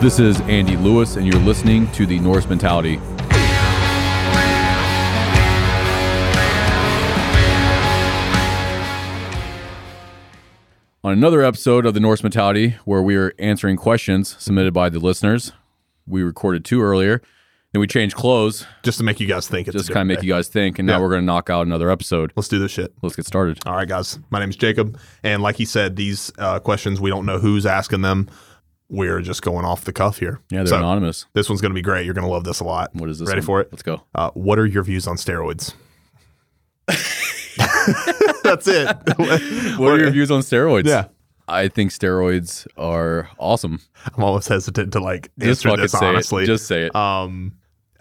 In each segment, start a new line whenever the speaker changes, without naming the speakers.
This is Andy Lewis, and you're listening to the Norse Mentality. On another episode of the Norse Mentality, where we are answering questions submitted by the listeners, we recorded two earlier. Then we changed clothes,
Just to make you guys think it's
just kind of make you guys think, and now
Yeah.
we're going to knock out another episode.
Let's do this shit.
Let's get started.
All right, guys. My name's Jacob, and like he said, these uh, questions we don't know who's asking them. We're just going off the cuff here.
Yeah, they're
So,
anonymous.
This one's going to be great. You're going to love this a lot.
What is this?
Ready
one?
for it?
Let's go.
Uh, what are your views on steroids? That's it.
What are your views on steroids?
Yeah.
I think steroids are awesome.
I'm always hesitant to like
Just
answer
fucking
this
say
honestly.
it. Just say it.
um,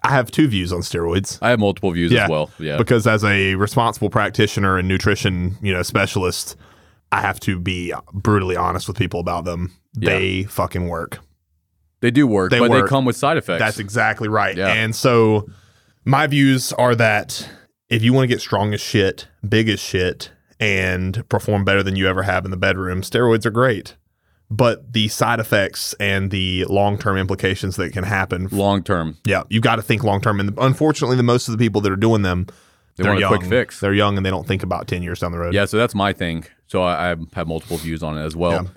I have two views on steroids.
I have multiple views
yeah,
as well. Yeah.
Because as a responsible practitioner and nutrition, you know, specialist, I have to be brutally honest with people about them.
Yeah.
They fucking work.
They do work,
They
but
work.
they come with side effects.
That's exactly right.
Yeah.
And so my views are that if you want to get strong as shit, big as shit, and perform better than you ever have in the bedroom, steroids are great. But the side effects and the long term implications that can happen.
long term.
Yeah, you got to think long term. And unfortunately, the most of the people that are doing them,
They
they're
want a
young.
quick fix.
They're young and they don't think about 10 years down the road.
Yeah, so that's my thing. So I, I have multiple views on it as well.
Yeah.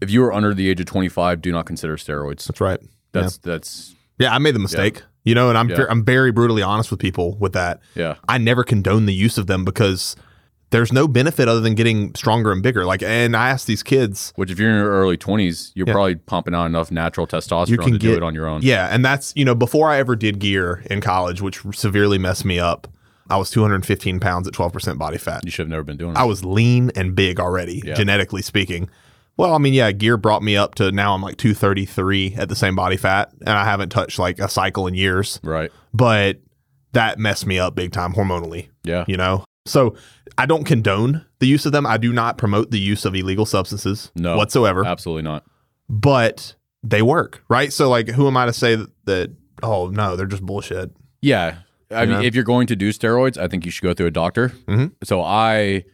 If you are under the age of 25, do not consider steroids.
That's right.
That's that's
yeah. yeah, I made the mistake. You know, and I'm
Yeah.
I'm very brutally honest with people with that.
yeah.
I never condone the use of them because there's no benefit other than getting stronger and bigger. Like, and I ask these kids,
Which if you're in your early 20s, you're
Yeah.
probably pumping out enough natural testosterone
you can
to
get
do it on your own.
Yeah, and that's you know before I ever did gear in college, which severely messed me up. I was 215 pounds at 12 percent body fat.
You should have never been doing it.
I was lean and big already,
Yeah.
genetically speaking. Well, I mean, yeah, gear brought me up to now I'm like 233 at the same body fat, and I haven't touched like a cycle in years.
right.
But that messed me up big time hormonally.
Yeah.
you know so i don't condone the use of them i do not promote the use of illegal substances
No. Uh.
whatsoever
Absolutely not.
but they work right so like who am i to say that, that oh no they're just bullshit
Yeah. I
You
mean,
know?
if you're going to do steroids, I think you should go through a doctor.
Mhm.
So I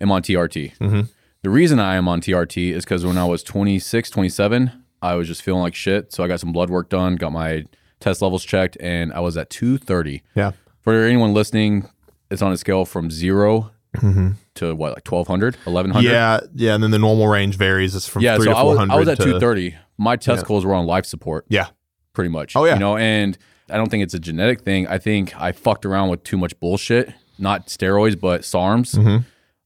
am on TRT.
Mhm.
The reason I am on TRT is because when I was 26, 27, I was just feeling like shit. So I got some blood work done, got my test levels checked, and I was at 230.
yeah
For anyone listening, it's on a scale from 0
Mhm.
to what, like 1200, 1100?
yeah yeah and then the normal range varies it's from
Yeah.
three
So
to
I was,
400
I was at
to-
230. My testicles were on life support
yeah
pretty much.
Oh, yeah.
You know, and I don't think it's a genetic thing. I think I fucked around with too much bullshit, not steroids, but SARMs.
Mm-hmm.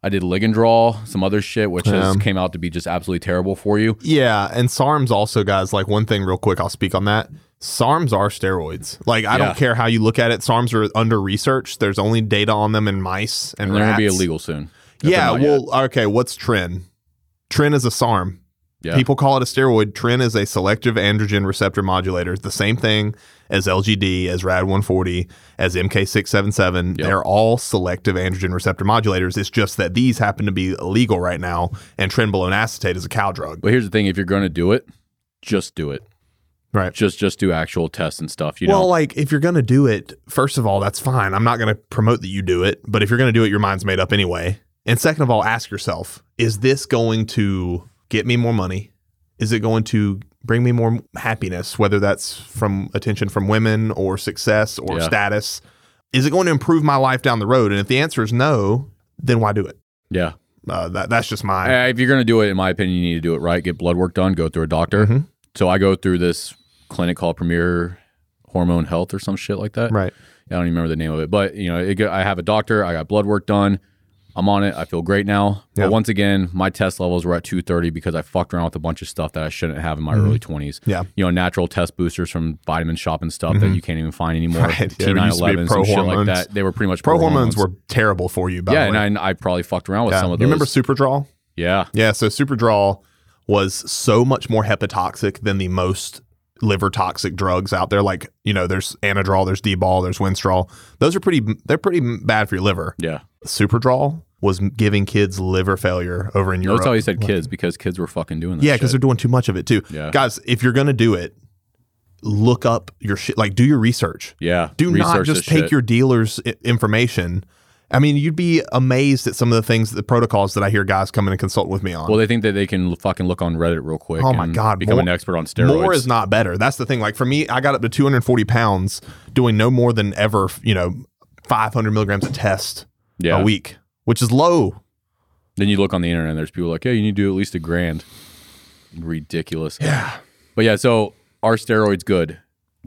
I did ligand draw, some other shit, which has,
Yeah.
came out to be just absolutely terrible for you.
Yeah, and SARMs also, guys. Like one thing, real quick, I'll speak on that. SARMs are steroids. Like I
Yeah.
don't care how you look at it. SARMs are under researched. There's only data on them in mice and,
And they're
rats.
going to be illegal soon. if
Yeah.
they're not
Well, okay. What's Tren? Tren is a SARM.
Yeah.
People call it a steroid. Tren is a selective androgen receptor modulator. It's the same thing as LGD, as RAD140, as MK677.
Yep.
They're all selective androgen receptor modulators. It's just that these happen to be illegal right now, and trenbolone acetate is a cow drug.
but here's the thing if you're going to do it, just do it.
Right.
Just just do actual tests and stuff. You
well,
know,
like if you're gonna do it, first of all, that's fine. I'm not gonna promote that you do it, but if you're gonna do it, your mind's made up anyway. And second of all, ask yourself: Is this going to get me more money? Is it going to bring me more happiness? Whether that's from attention from women or success or
Yeah.
status, is it going to improve my life down the road? And if the answer is no, then why do it?
yeah.
Uh, that, that's just my
Uh, if you're going to do it, in my opinion, you need to do it right. Get blood work done, go through a doctor.
Mhm.
So I go through this clinic called Premier Hormone Health or some shit like that.
right.
I don't even remember the name of it, but you know, it, go- I have a doctor. I got blood work done. I'm on it. I feel great now.
Yeah.
But once again, my test levels were at 230 because I fucked around with a bunch of stuff that I shouldn't have in my early 20s.
Mm-hmm. Yeah. Mm-hmm.
You know, natural test boosters from vitamin shop and stuff that you can't even find anymore.
Right. Yeah, there used to be
T911, some shit like
pro-hormones.
that. They were pretty much
Pro
pro-hormones.
hormones were terrible for you. By
yeah,
the way.
and I, I probably fucked around with
Yeah.
some of
you
those.
remember Superdraw?
yeah,
Yeah, so Superdraw was so much more hepatotoxic than the most liver toxic drugs out there. Like you know, there's Anadrol, there's D-ball, there's Winstrol. Those are pretty. They're pretty bad for your liver.
yeah.
Superdraw was giving kids liver failure over in Europe.
Notice how he said kids because kids were fucking doing that.
yeah,
because
because they're doing too much of it too.
Yeah.
Guys, if you're gonna do it, look up your shit. Like, do your research.
yeah,
Do not
research
just
this
take
shit.
your dealer's I- information I mean, you'd be amazed at some of the things, the protocols that I hear guys come in and consult with me on.
Well, they think that they can l- fucking look on Reddit real quick.
Oh my
and
God,
become
more-
an expert on steroids.
More is not better. That's the thing. Like for me, I got up to 240 pounds doing no more than ever, you know, 500 milligrams a test
yeah.
a week, which is low.
Then you look on the internet and there's people like, yeah, you need to do at least a grand. Ridiculous. Yeah. But yeah, so are steroids good?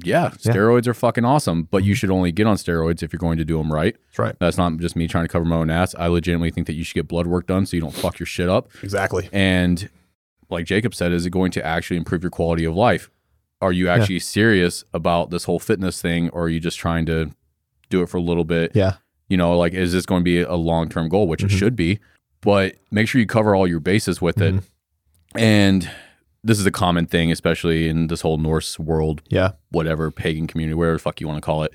Yeah, steroids are fucking awesome, but you should only get on steroids if you're going to do them right.
That's right.
That's not just me trying to cover my own ass. I legitimately think that you should get blood work done so you don't fuck your shit up.
Exactly.
And like Jacob said, is it going to actually improve your quality of life? Are you actually serious about this whole fitness thing or are you just trying to do it for a little bit?
Yeah.
You know, like is this going to be a long term goal, which it
Mhm.
should be, but make sure you cover all your bases with it.
Mhm.
And this is a common thing, especially in this whole Norse world,
Yeah.
whatever pagan community, whatever the fuck you want to call it.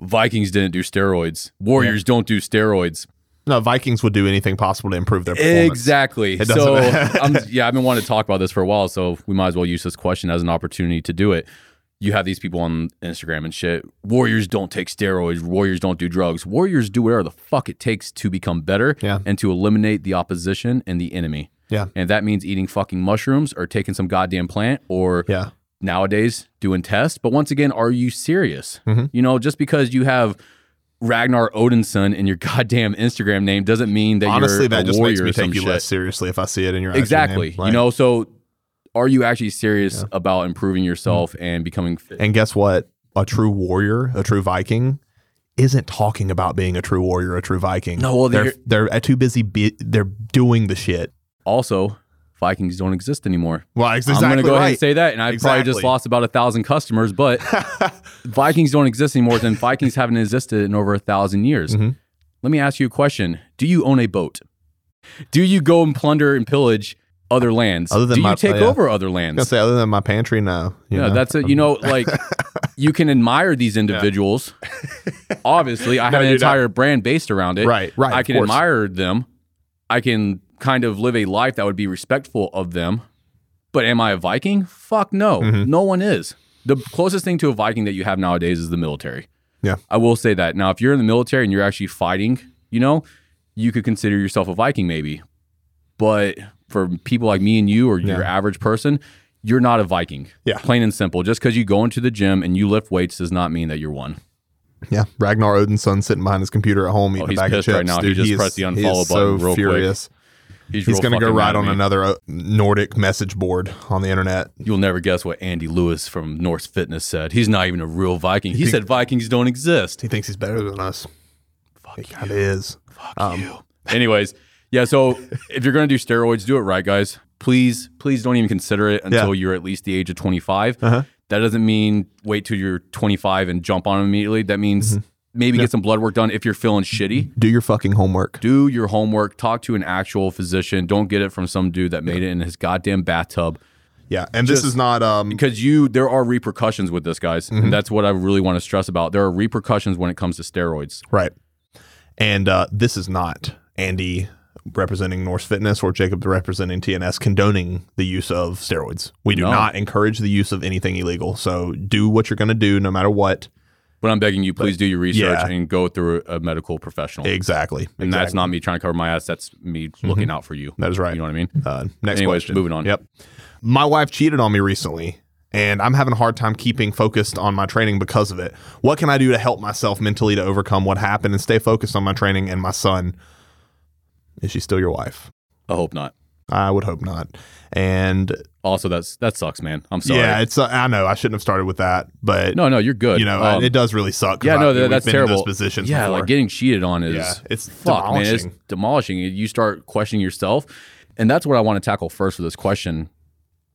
Vikings didn't do steroids. Warriors don't do steroids.
No, Vikings would do anything possible to improve their performance.
Exactly.
It
So
doesn't-
I'm, yeah, I've been wanting to talk about this for a while, so we might as well use this question as an opportunity to do it. You have these people on Instagram and shit. Warriors don't take steroids. Warriors don't do drugs. Warriors do whatever the fuck it takes to become better
Yeah.
and to eliminate the opposition and the enemy.
Yeah.
And that means eating fucking mushrooms or taking some goddamn plant or
Yeah.
nowadays doing tests. But once again, are you serious?
Mhm.
You know, just because you have Ragnar Odinson in your goddamn Instagram name doesn't mean that
Honestly,
you're
that
a
just
warrior
makes me
or some
take you
shit.
less seriously if I see it in your IG name.
Exactly.
Like-
you know, so are you actually serious about improving yourself and becoming fit?
Mm-hmm. And guess what? A true warrior, a true Viking, isn't talking about being a true warrior, a true Viking.
No, well,
they're they're uh, too busy. Be- they're doing the shit.
Also, Vikings don't exist anymore.
Well, it's
I'm
exactly
going to go ahead
right.
and say that, and I probably just
Exactly.
lost about a thousand customers. But Vikings don't exist anymore, and Vikings haven't existed in over a thousand years.
Mhm.
Let me ask you a question: Do you own a boat? Do you go and plunder and pillage other lands?
Other than
Do you
my- oh,
take
yeah.
over other
I was
lands?
gonna say other than my pantry, no. You
Yeah,
know? um,
that's it. You know, like you can admire these individuals. Obviously, I have an
you're not.
entire brand based around it.
Right, right,
I
of
can
course.
admire them. I can kind of live a life that would be respectful of them. But am I a Viking? Fuck no.
Mm-hmm.
No one is. The closest thing to a Viking that you have nowadays is the military.
Yeah.
I will say that. Now, if you're in the military and you're actually fighting, you know, you could consider yourself a Viking maybe. But for people like me and you or your average person, you're not a Viking.
Yeah.
Plain and simple. Just because you go into the gym and you lift weights does not mean that you're one.
yeah. Ragnar Odinson sitting behind his computer at home eating
Oh, he's
a bag of
pissed right
chips.
now. He
Dude,
just
is-
pressed the
he is
unfollow
so
button real quick.
furious. He's
real
gonna go
fucking
ride
mad at
on
me.
another uh, Nordic message board on the internet.
You'll never guess what Andy Lewis from Norse Fitness said. He's not even a real Viking. He said Vikings don't exist.
He thinks he's better than us. Fuck he kind of is. Um,
Anyways, yeah, so if you're going to do steroids, do it right, guys. Please, please don't even consider it until
Yeah.
you're at least the age of 25. That doesn't mean wait till you're 25 and jump on 'em immediately. That means maybe get some blood work done if you're feeling shitty.
Do your fucking homework.
do your homework, talk to an actual physician. Don't get it from some dude that made it in his goddamn bathtub
Yeah, and this is not um
because you there are repercussions with this, guys.
Mm-hmm.
And that's what I really want to stress about. There are repercussions when it comes to steroids.
right. And uh, this is not Andy representing Norse Fitness or Jacob representing TNS condoning the use of steroids. We do
No.
not encourage the use of anything illegal. So do what you're going to do, no matter what.
But I'm begging you, please do your research
yeah.
and go through a medical professional.
Exactly. Mm-hmm.
and that's not me trying to cover my ass. That's me looking out for you.
That is right.
You know what I mean?
Uh, next
Anyways,
question.
moving on.
Yep. My wife cheated on me recently, and I'm having a hard time keeping focused on my training because of it. What can I do to help myself mentally to overcome what happened and stay focused on my training and my son? Is she still your wife?
I hope not.
I would hope not. And
Also, that's that sucks, man. I'm sorry.
yeah, it's uh, I know I shouldn't have started with that, but
no, no, you're good.
you know
Um,
it does really suck. 'cause
yeah,
I-
no, that,
we've
that's
been in those
terrible.
positions,
yeah,
before.
like getting cheated on is
Yeah, it's
fuck, man, it's
demolishing.
demolishing. You start questioning yourself, and that's what I want to tackle first with this question.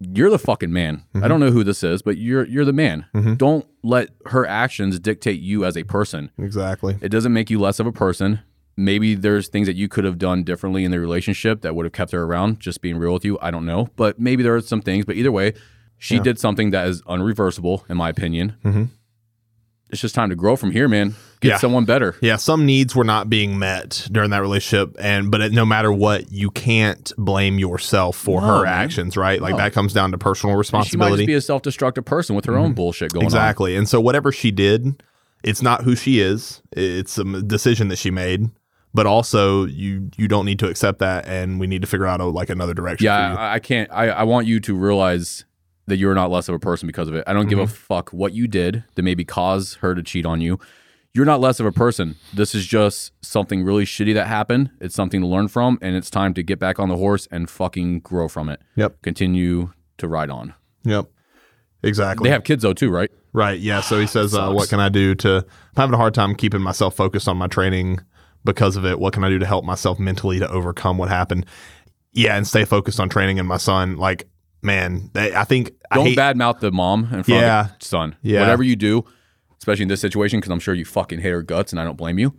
You're the fucking man.
Mm-hmm.
I don't know who this is, but you're you're the man. Don't let her actions dictate you as a person.
exactly.
It doesn't make you less of a person. Maybe there's things that you could have done differently in the relationship that would have kept her around. Just being real with you, I don't know, but maybe there are some things. But either way, she did something that is unreversible, in my opinion.
Mhm.
It's just time to grow from here, man. Get
Yeah.
someone better.
Yeah, some needs were not being met during that relationship, and but it, no matter what, you can't blame yourself for
No,
her
man.
actions, right? Like
No.
that comes down to personal
She might just
responsibility. Mm-hmm.
be a self-destructive person with her own bullshit going on.
exactly, and so whatever she did, it's not who she is. It's a m- decision that she made, but also you you don't need to accept that, and we need to figure out a, like another direction. for
Yeah,
you.
I, I can't. I, I want you to realize that you're not less of a person because of it. I don't
Mm-hmm.
give a fuck what you did to maybe cause her to cheat on you. You're not less of a person. This is just something really shitty that happened. It's something to learn from, and it's time to get back on the horse and fucking grow from it.
Yep.
Continue to ride on.
Yep. Exactly.
They have kids though too, right?
Right. Yeah. So he says, uh, "What can I do to? I'm having a hard time keeping myself focused on my training because of it. What can I do to help myself mentally to overcome what happened? Yeah, and stay focused on training and my son. Like, man, they, I think I
Don't
hate-
badmouth the mom in front
Yeah.
of the son.
Yeah.
Whatever you do, especially in this situation, because I'm sure you fucking hate her guts, and I don't blame you.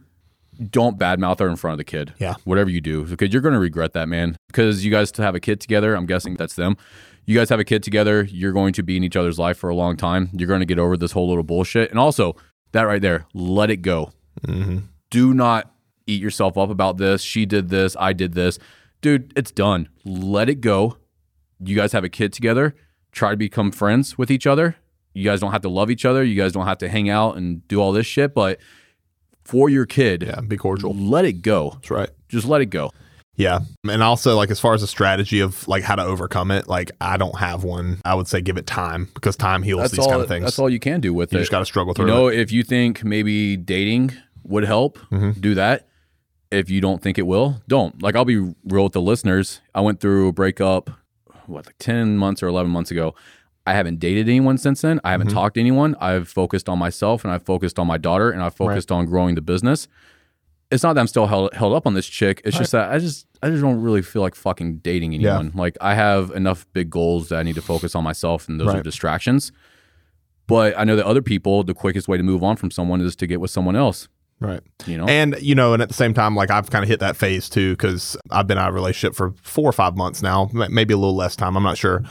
Don't badmouth her in front of the kid.
Yeah.
Whatever you do, because you're gonna regret that, man. Because you guys have a kid together. I'm guessing that's them. You guys have a kid together. You're going to be in each other's life for a long time. You're going to get over this whole little bullshit. And also, that right there, let it go.
Mm-hmm.
Do not eat yourself up about this. She did this. I did this. Dude, it's done. Let it go you guys have a kid together, try to become friends with each other. You guys don't have to love each other. You guys don't have to hang out and do all this shit. But for your kid,
Yeah, be cordial.
let it go.
That's right.
Just let it go.
Yeah, and also like as far as a strategy of like how to overcome it, like I don't have one. I would say give it time because time heals
That's
these
all.
kind of things.
that's all you can do with
you
it.
just got to struggle
you
through.
know,
it.
if you think maybe dating would help,
Mm-hmm.
do that. If you don't think it will, don't. Like I'll be real with the listeners. I went through a breakup, what like ten months or eleven months ago. I haven't dated anyone since then. I
Mm-hmm.
haven't talked to anyone. I've focused on myself and I've focused on my daughter and I've focused on growing the business. It's not that I'm still held, held up on this chick. It's just that I just I just don't really feel like fucking dating
Yeah.
anyone. Like I have enough big goals that I need to focus on myself and those are
Right.
distractions. But I know that other people, the quickest way to move on from someone is to get with someone else.
Right.
You know,
And you know, and at the same time, like I've kind of hit that phase too because I've been out of a relationship for four or five months now, m- maybe a little less time. I'm not sure.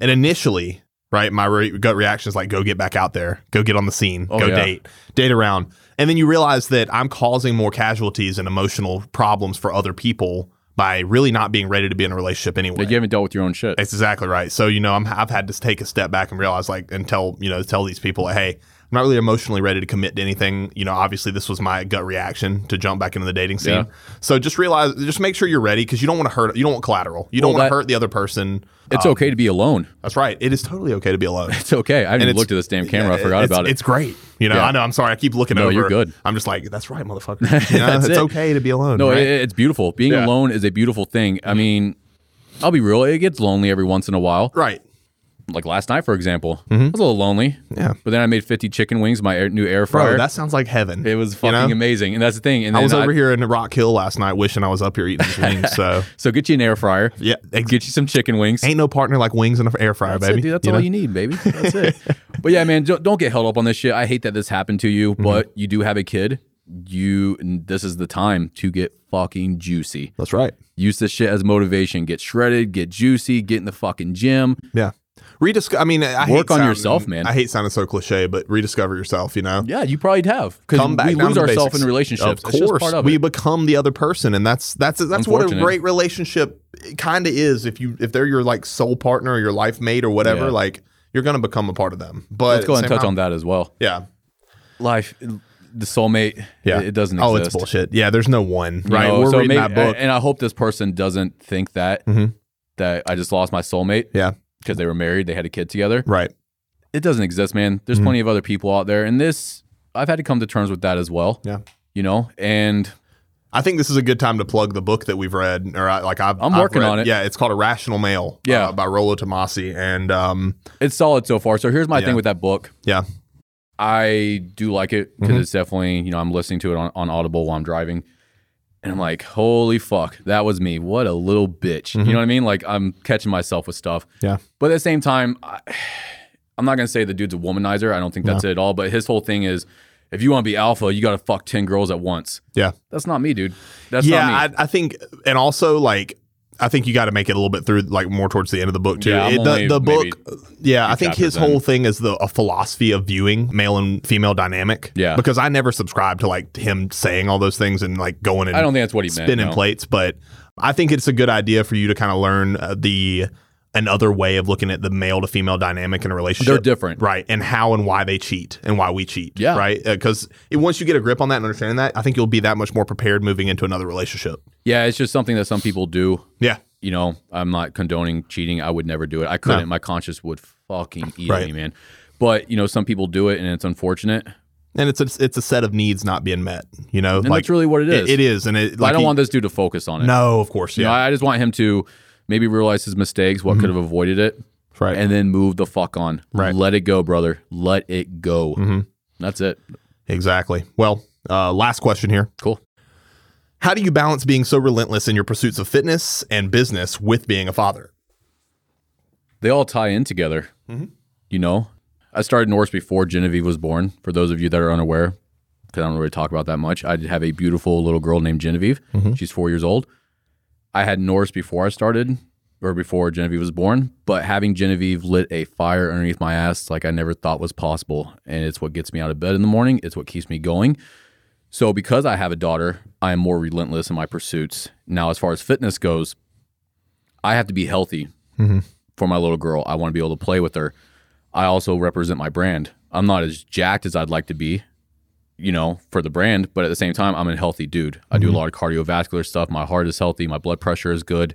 And initially, right, my re- gut reaction is like, go get back out there, go get on the scene,
Oh,
go
yeah.
date, date around, and then you realize that I'm causing more casualties and emotional problems for other people by really not being ready to be in a relationship anyway.
like you haven't dealt with your own shit.
That's exactly right. So you know, I'm, I've had to take a step back and realize, like, and tell you know, tell these people, like, hey, I'm not really emotionally ready to commit to anything. You know, obviously this was my gut reaction to jump back into the dating scene.
Yeah.
So just realize, just make sure you're ready because you don't want to hurt, you don't want collateral, you don't
Well,
want
that-
to hurt the other person.
It's okay to be alone.
That's right. It is totally okay to be alone.
It's okay. I haven't even
it's-
looked at this damn camera. I forgot
it's,
about it.
It's great. You know,
Yeah.
I know. I'm sorry. I keep looking
No,
over.
you're good.
I'm just like, that's right, motherfucker. You know,
That's
it's
it.
okay to be alone.
No,
right?
it, it's beautiful. Being
Yeah. Mm-hmm.
alone is a beautiful thing. I mean, I'll be real. It gets lonely every once in a while.
right.
Like last night, for example, I was a little lonely.
Mm-hmm. Yeah.
But then I made 50 chicken wings, in my air, new air
Bro,
fryer.
that sounds like heaven.
it was
you
fucking
know?
amazing. And that's the thing. And
I
then
was over
I-
here in Rock Hill last night, wishing I was up here eating these wings. So
So get you an air fryer.
Yeah, ex-
Get you some chicken wings.
ain't no partner like wings in an air fryer,
That's it,
baby.
dude. That's
You
all
know?
you need, baby. That's it. But yeah, man, don't, don't get held up on this shit. I hate that this happened to you, but
Mm-hmm.
you do have a kid. You, and this is the time to get fucking juicy.
That's right.
Use this shit as motivation. Get shredded. Get juicy. Get in the fucking gym.
Yeah. Rediscover. I mean, I hate
Work on
sounding-
yourself, man.
I hate sounding so cliche, but rediscover yourself. You know,
Yeah, you probably have because
come back.
we
down
lose
to
ourselves
basics.
in relationships.
Of course,
it's just part of
we
it.
become the other person, and that's that's that's what a
Unfortunate.
great relationship kind of is. If you if they're your like soul partner or your life mate or whatever,
Yeah.
like you're gonna become a part of them. But
Let's go ahead and
at the same
touch on that as well.
time- yeah.
Life, the soulmate.
Yeah,
it, it doesn't.
Oh,
exist.
it's bullshit. Yeah, there's no one. Right,
You know,
we're
so
reading
maybe-
that book.
and I hope this person doesn't think that
Mhm.
that I just lost my soulmate
yeah,
because they were married, they had a kid together.
right.
it doesn't exist, man.
Mm-hmm.
There's plenty of other people out there, and this I've had to come to terms with that as well.
Yeah.
you know, and
I think this is a good time to plug the book that we've read, or I, like I've,
I'm
I've
working
read-
on it.
Yeah, it's called Irrational Male.
Yeah.
uh, by Rolo Tomasi, and um,
it's solid so far. So here's my
Yeah.
thing with that book.
yeah,
I do like it because
Mm-hmm.
it's definitely you know I'm listening to it on, on Audible while I'm driving, and I'm like, holy fuck, that was me. What a little bitch. You know what I mean? Like I'm catching myself with stuff.
Mm-hmm. Yeah.
But at the same time, I, I'm not gonna say the dude's a womanizer. I don't think that's it at all. But his whole thing is, if you want to be alpha, you got to fuck ten girls at once.
yeah,
That's not me, dude. That's not me.
yeah. I, I think, and also like. I think you got to make it a little bit through, like more towards the end of the book too.
Yeah, I'm
It-
only
the, the
maybe
book, yeah. I think his
chapters in.
whole thing is the a philosophy of viewing male and female dynamic.
Yeah.
because I never subscribed to like him saying all those things and like going and
I don't think that's what he meant.
spinning
no.
plates, but I think it's a good idea for you to kind of learn uh, the another way of looking at the male to female dynamic in a relationship.
They're different.
Right. And how and why they cheat and why we cheat.
Yeah.
Right. Because once you get a grip on that and understanding that, I think you'll be that much more prepared moving into another relationship.
Yeah, it's just something that some people do.
Yeah.
You know, I'm not condoning cheating. I would never do it. I couldn't.
No.
My conscience would fucking eat
Right.
me, man. But you know, some people do it, and it's unfortunate.
And it's a, it's a set of needs not being met, you know?
And that's really what it is.
It is. And it,
But
like,
I don't
he-
want this dude to focus on it.
No, of course.
You know,
Yeah.
I just want him to maybe realize his mistakes, what could have avoided it,
right.
and then move the fuck on.
Mm-hmm. Right.
Let it go, brother. Let it go.
Mhm.
That's it.
Exactly. Well, uh, last question here.
Cool.
How do you balance being so relentless in your pursuits of fitness and business with being a father?
They all tie in together. You know, I started Norse before Genevieve was born. For those of you that are unaware, because I don't really talk about that much, I did have a beautiful little girl named Genevieve. She's four years old. I had Norse before I started or before Genevieve was born, but having Genevieve lit a fire underneath my ass like I never thought was possible. And it's what gets me out of bed in the morning, it's what keeps me going. So, because I have a daughter, I am more relentless in my pursuits. Now, as far as fitness goes, I have to be healthy for my little girl. I want to be able to play with her. I also represent my brand. I'm not as jacked as I'd like to be, you know, for the brand, but at the same time, I'm a healthy dude. I do a lot of cardiovascular stuff. My heart is healthy. My blood pressure is good.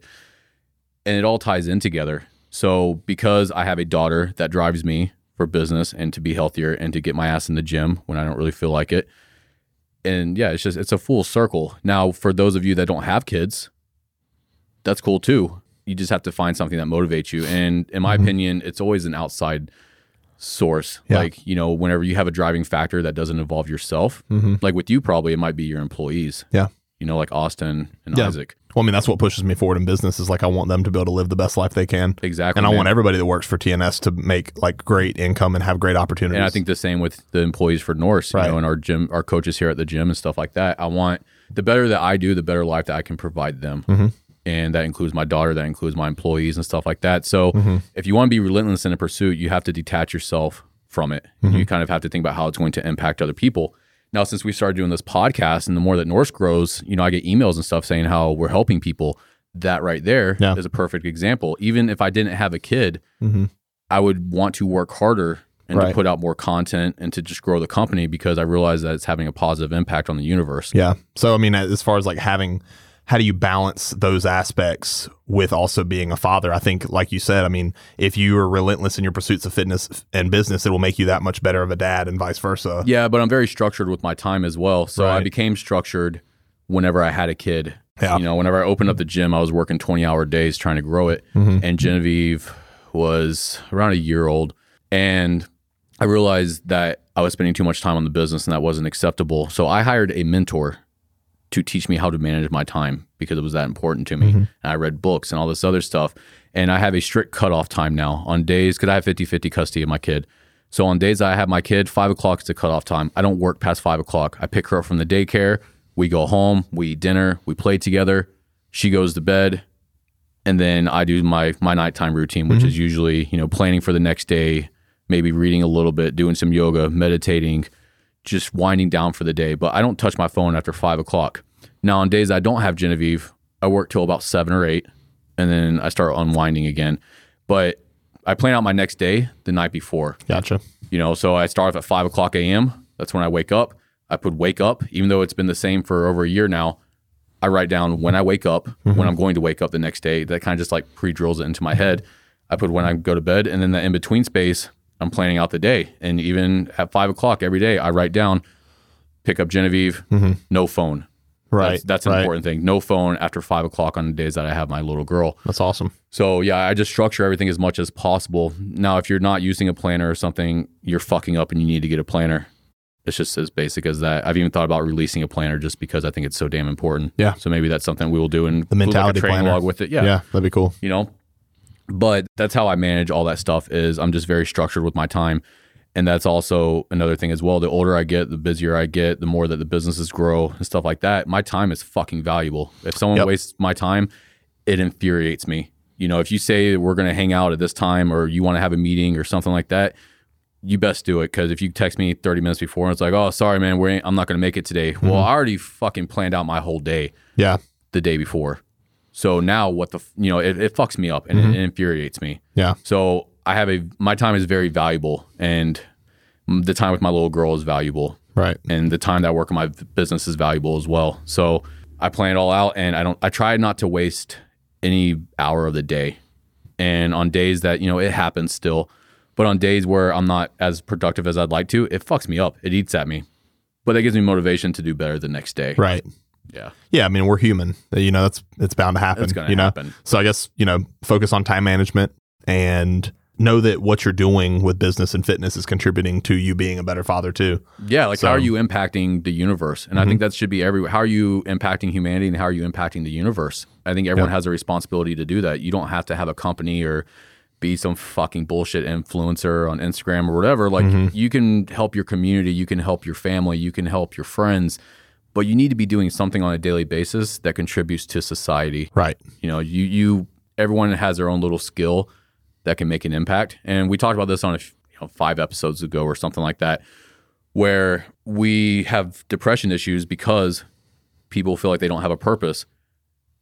And it all ties in together. So, because I have a daughter that drives me for business and to be healthier and to get my ass in the gym when I don't really feel like it. And yeah, it's just, it's a full circle. Now, for those of you that don't have kids, that's cool too. You just have to find something that motivates you. And in my opinion, it's always an outside source.
Mm-hmm. Yeah.
Like, you know, whenever you have a driving factor that doesn't involve yourself,
Mm-hmm.
like with you, probably it might be your employees.
Yeah.
You know, like Austin and
Yeah.
Isaac.
Well, I mean, that's what pushes me forward in business is like I want them to be able to live the best life they can.
Exactly.
And I
man.
want everybody that works for TNS to make like great income and have great opportunities.
And I think the same with the employees for Norse, you
Right.
know, and our gym, our coaches here at the gym and stuff like that. I want the better that I do, the better life that I can provide them.
Mm-hmm.
And that includes my daughter, that includes my employees and stuff like that. So
Mm-hmm.
if you want to be relentless in a pursuit, you have to detach yourself from it.
Mm-hmm.
You kind of have to think about how it's going to impact other people. Now, since we started doing this podcast and the more that Norse grows, you know, I get emails and stuff saying how we're helping people. That right there is
Yeah.
a perfect example. Even if I didn't have a kid,
Mhm.
I would want to work harder and to
Right.
put out more content and to just grow the company because I realize that it's having a positive impact on the universe.
Yeah. So I mean, as far as like having, how do you balance those aspects with also being a father? I think, like you said, I mean, if you are relentless in your pursuits of fitness and business, it will make you that much better of a dad, and vice versa.
Yeah, but I'm very structured with my time as well. So I
Right.
became structured whenever I had a kid.
Yeah.
You know, whenever I opened up the gym, I was working 20 hour days trying to grow it.
Mm-hmm.
And Genevieve was around a year old. And I realized that I was spending too much time on the business and that wasn't acceptable. So I hired a mentor to teach me how to manage my time because it was that important to me. And I read books and all this other stuff. And I have a strict cutoff time now on days because I have 50 50 custody of my kid. So on days that I have my kid, five o'clock is the cutoff time. I don't work past five o'clock. I pick her up from the daycare. We go home, we eat dinner, we play together. She goes to bed. And then I do my my nighttime routine, which is usually, you know, planning for the next day, maybe reading a little bit, doing some yoga, meditating, just winding down for the day, but I don't touch my phone after five o'clock. Now, on days I don't have Genevieve, I work till about seven or eight, and then I start unwinding again. But I plan out my next day the night before,
Gotcha.
you know. So I start off at five o'clock a.m. That's when I wake up. I put wake up, even though it's been the same for over a year now. I write down when I wake up,
Mm-hmm.
when I'm going to wake up the next day. That kind of just like pre drills it into my head. I put when I go to bed, and then the in between space, I'm planning out the day. And even at five o'clock every day, I write down pick up Genevieve, no phone.
Mm-hmm. Right.
That's, that's an
right.
important thing. No phone after five o'clock on the days that I have my little girl.
That's awesome.
So yeah, I just structure everything as much as possible. Now, if you're not using a planner or something, you're fucking up and you need to get a planner. It's just as basic as that. I've even thought about releasing a planner just because I think it's so damn important.
Yeah.
So maybe that's something we will do and do like
The
a
mentality
training
planner.
log with it.
Yeah.
yeah.
that'd be cool.
You know, but that's how I manage all that stuff is I'm just very structured with my time. And that's also another thing as well. The older I get, the busier I get, the more that the businesses grow and stuff like that. My time is fucking valuable. If someone
Yep.
wastes my time, it infuriates me. You know, if you say we're going to hang out at this time or you want to have a meeting or something like that, you best do it because if you text me 30 minutes before and it's like, oh, sorry, man, we ain't, I'm not going to make it today. Well, I already fucking planned out my whole day
Yeah.
the day before. So now what the, f- you know, it, it fucks me up and
Mm-hmm.
it, it infuriates me.
Yeah.
So I have a, my time is very valuable and the time with my little girl is valuable
Right.
and the time that I work on my business is valuable as well. So I plan it all out and I don't I try not to waste any hour of the day. And on days that, you know, it happens still, but on days where I'm not as productive as I'd like to, it fucks me up. It eats at me. But that gives me motivation to do better the next day.
Right.
Yeah.
Yeah, I mean we're human. You know, that's it's bound to happen.
That's gonna
you know?
happen.
So I guess, you know, focus on time management and know that what you're doing with business and fitness is contributing to you being a better father too.
Yeah. Like
So-
how are you impacting the universe? And I think that should be everywhere. How are you impacting humanity and how are you impacting the universe? I think everyone has a responsibility to do that. You don't have to have a company or be some fucking bullshit influencer on Instagram or whatever. Like you can help your community, you can help your family, you can help your friends, but you need to be doing something on a daily basis that contributes to society
Right.
you know you you everyone has their own little skill that can make an impact and we talked about this on a f- you know, five episodes ago or something like that where we have depression issues because people feel like they don't have a purpose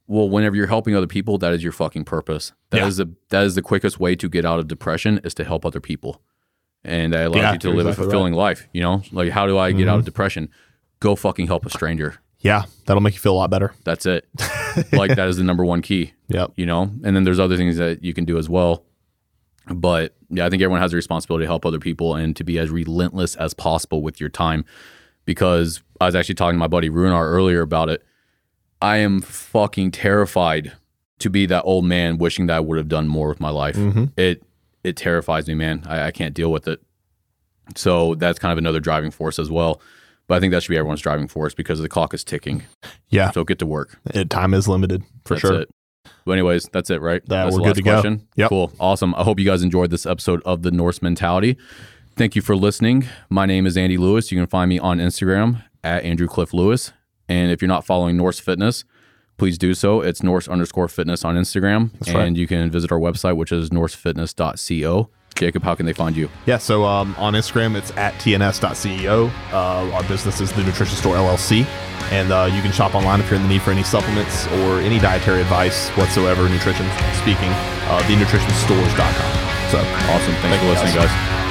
well whenever you're helping other people that is your fucking purpose That is
Yeah.
the that is the quickest way to get out of depression is to help other people and that allows
Yeah,
you to
you're
live
exactly Mm-hmm.
a fulfilling life you know like how do i get out of depression go fucking help a stranger
Yeah, that'll make you feel a lot better.
that's it like that is the number one key
Yep.
you know and then there's other things that you can do as well but yeah i think everyone has a responsibility to help other people and to be as relentless as possible with your time because i was actually talking to my buddy runar earlier about it i am fucking terrified to be that old man wishing that i would have done more with my life it it terrifies me man I, I can't deal with it so that's kind of another driving force as well but i think that should be everyone's driving force because the clock is ticking
Yeah.
so get to work
It, time is limited for
that's
sure.
It. But anyways, that's it, right?
That-
that's
we're
the
good
last
to go.
question.
Yep.
Cool. Awesome. I hope you guys enjoyed this episode of the Norse Mentality. Thank you for listening. My name is Andy Lewis. You can find me on Instagram at Andrew Cliff Lewis. And if you're not following Norse Fitness, please do so. It's Norse underscore fitness on Instagram. and
right.
you can visit our website, which is norsefitness.co. Jacob, how can they find you?
Yeah, so um, on Instagram, it's at tns.ceo. Uh, our business is the Nutrition Store LLC, and uh, you can shop online if you're in the need for any supplements or any dietary advice whatsoever, nutrition speaking, uh, thenutritionstores.com. So,
Awesome. Thanks
Thank
for
you,
listening,
guys.
guys.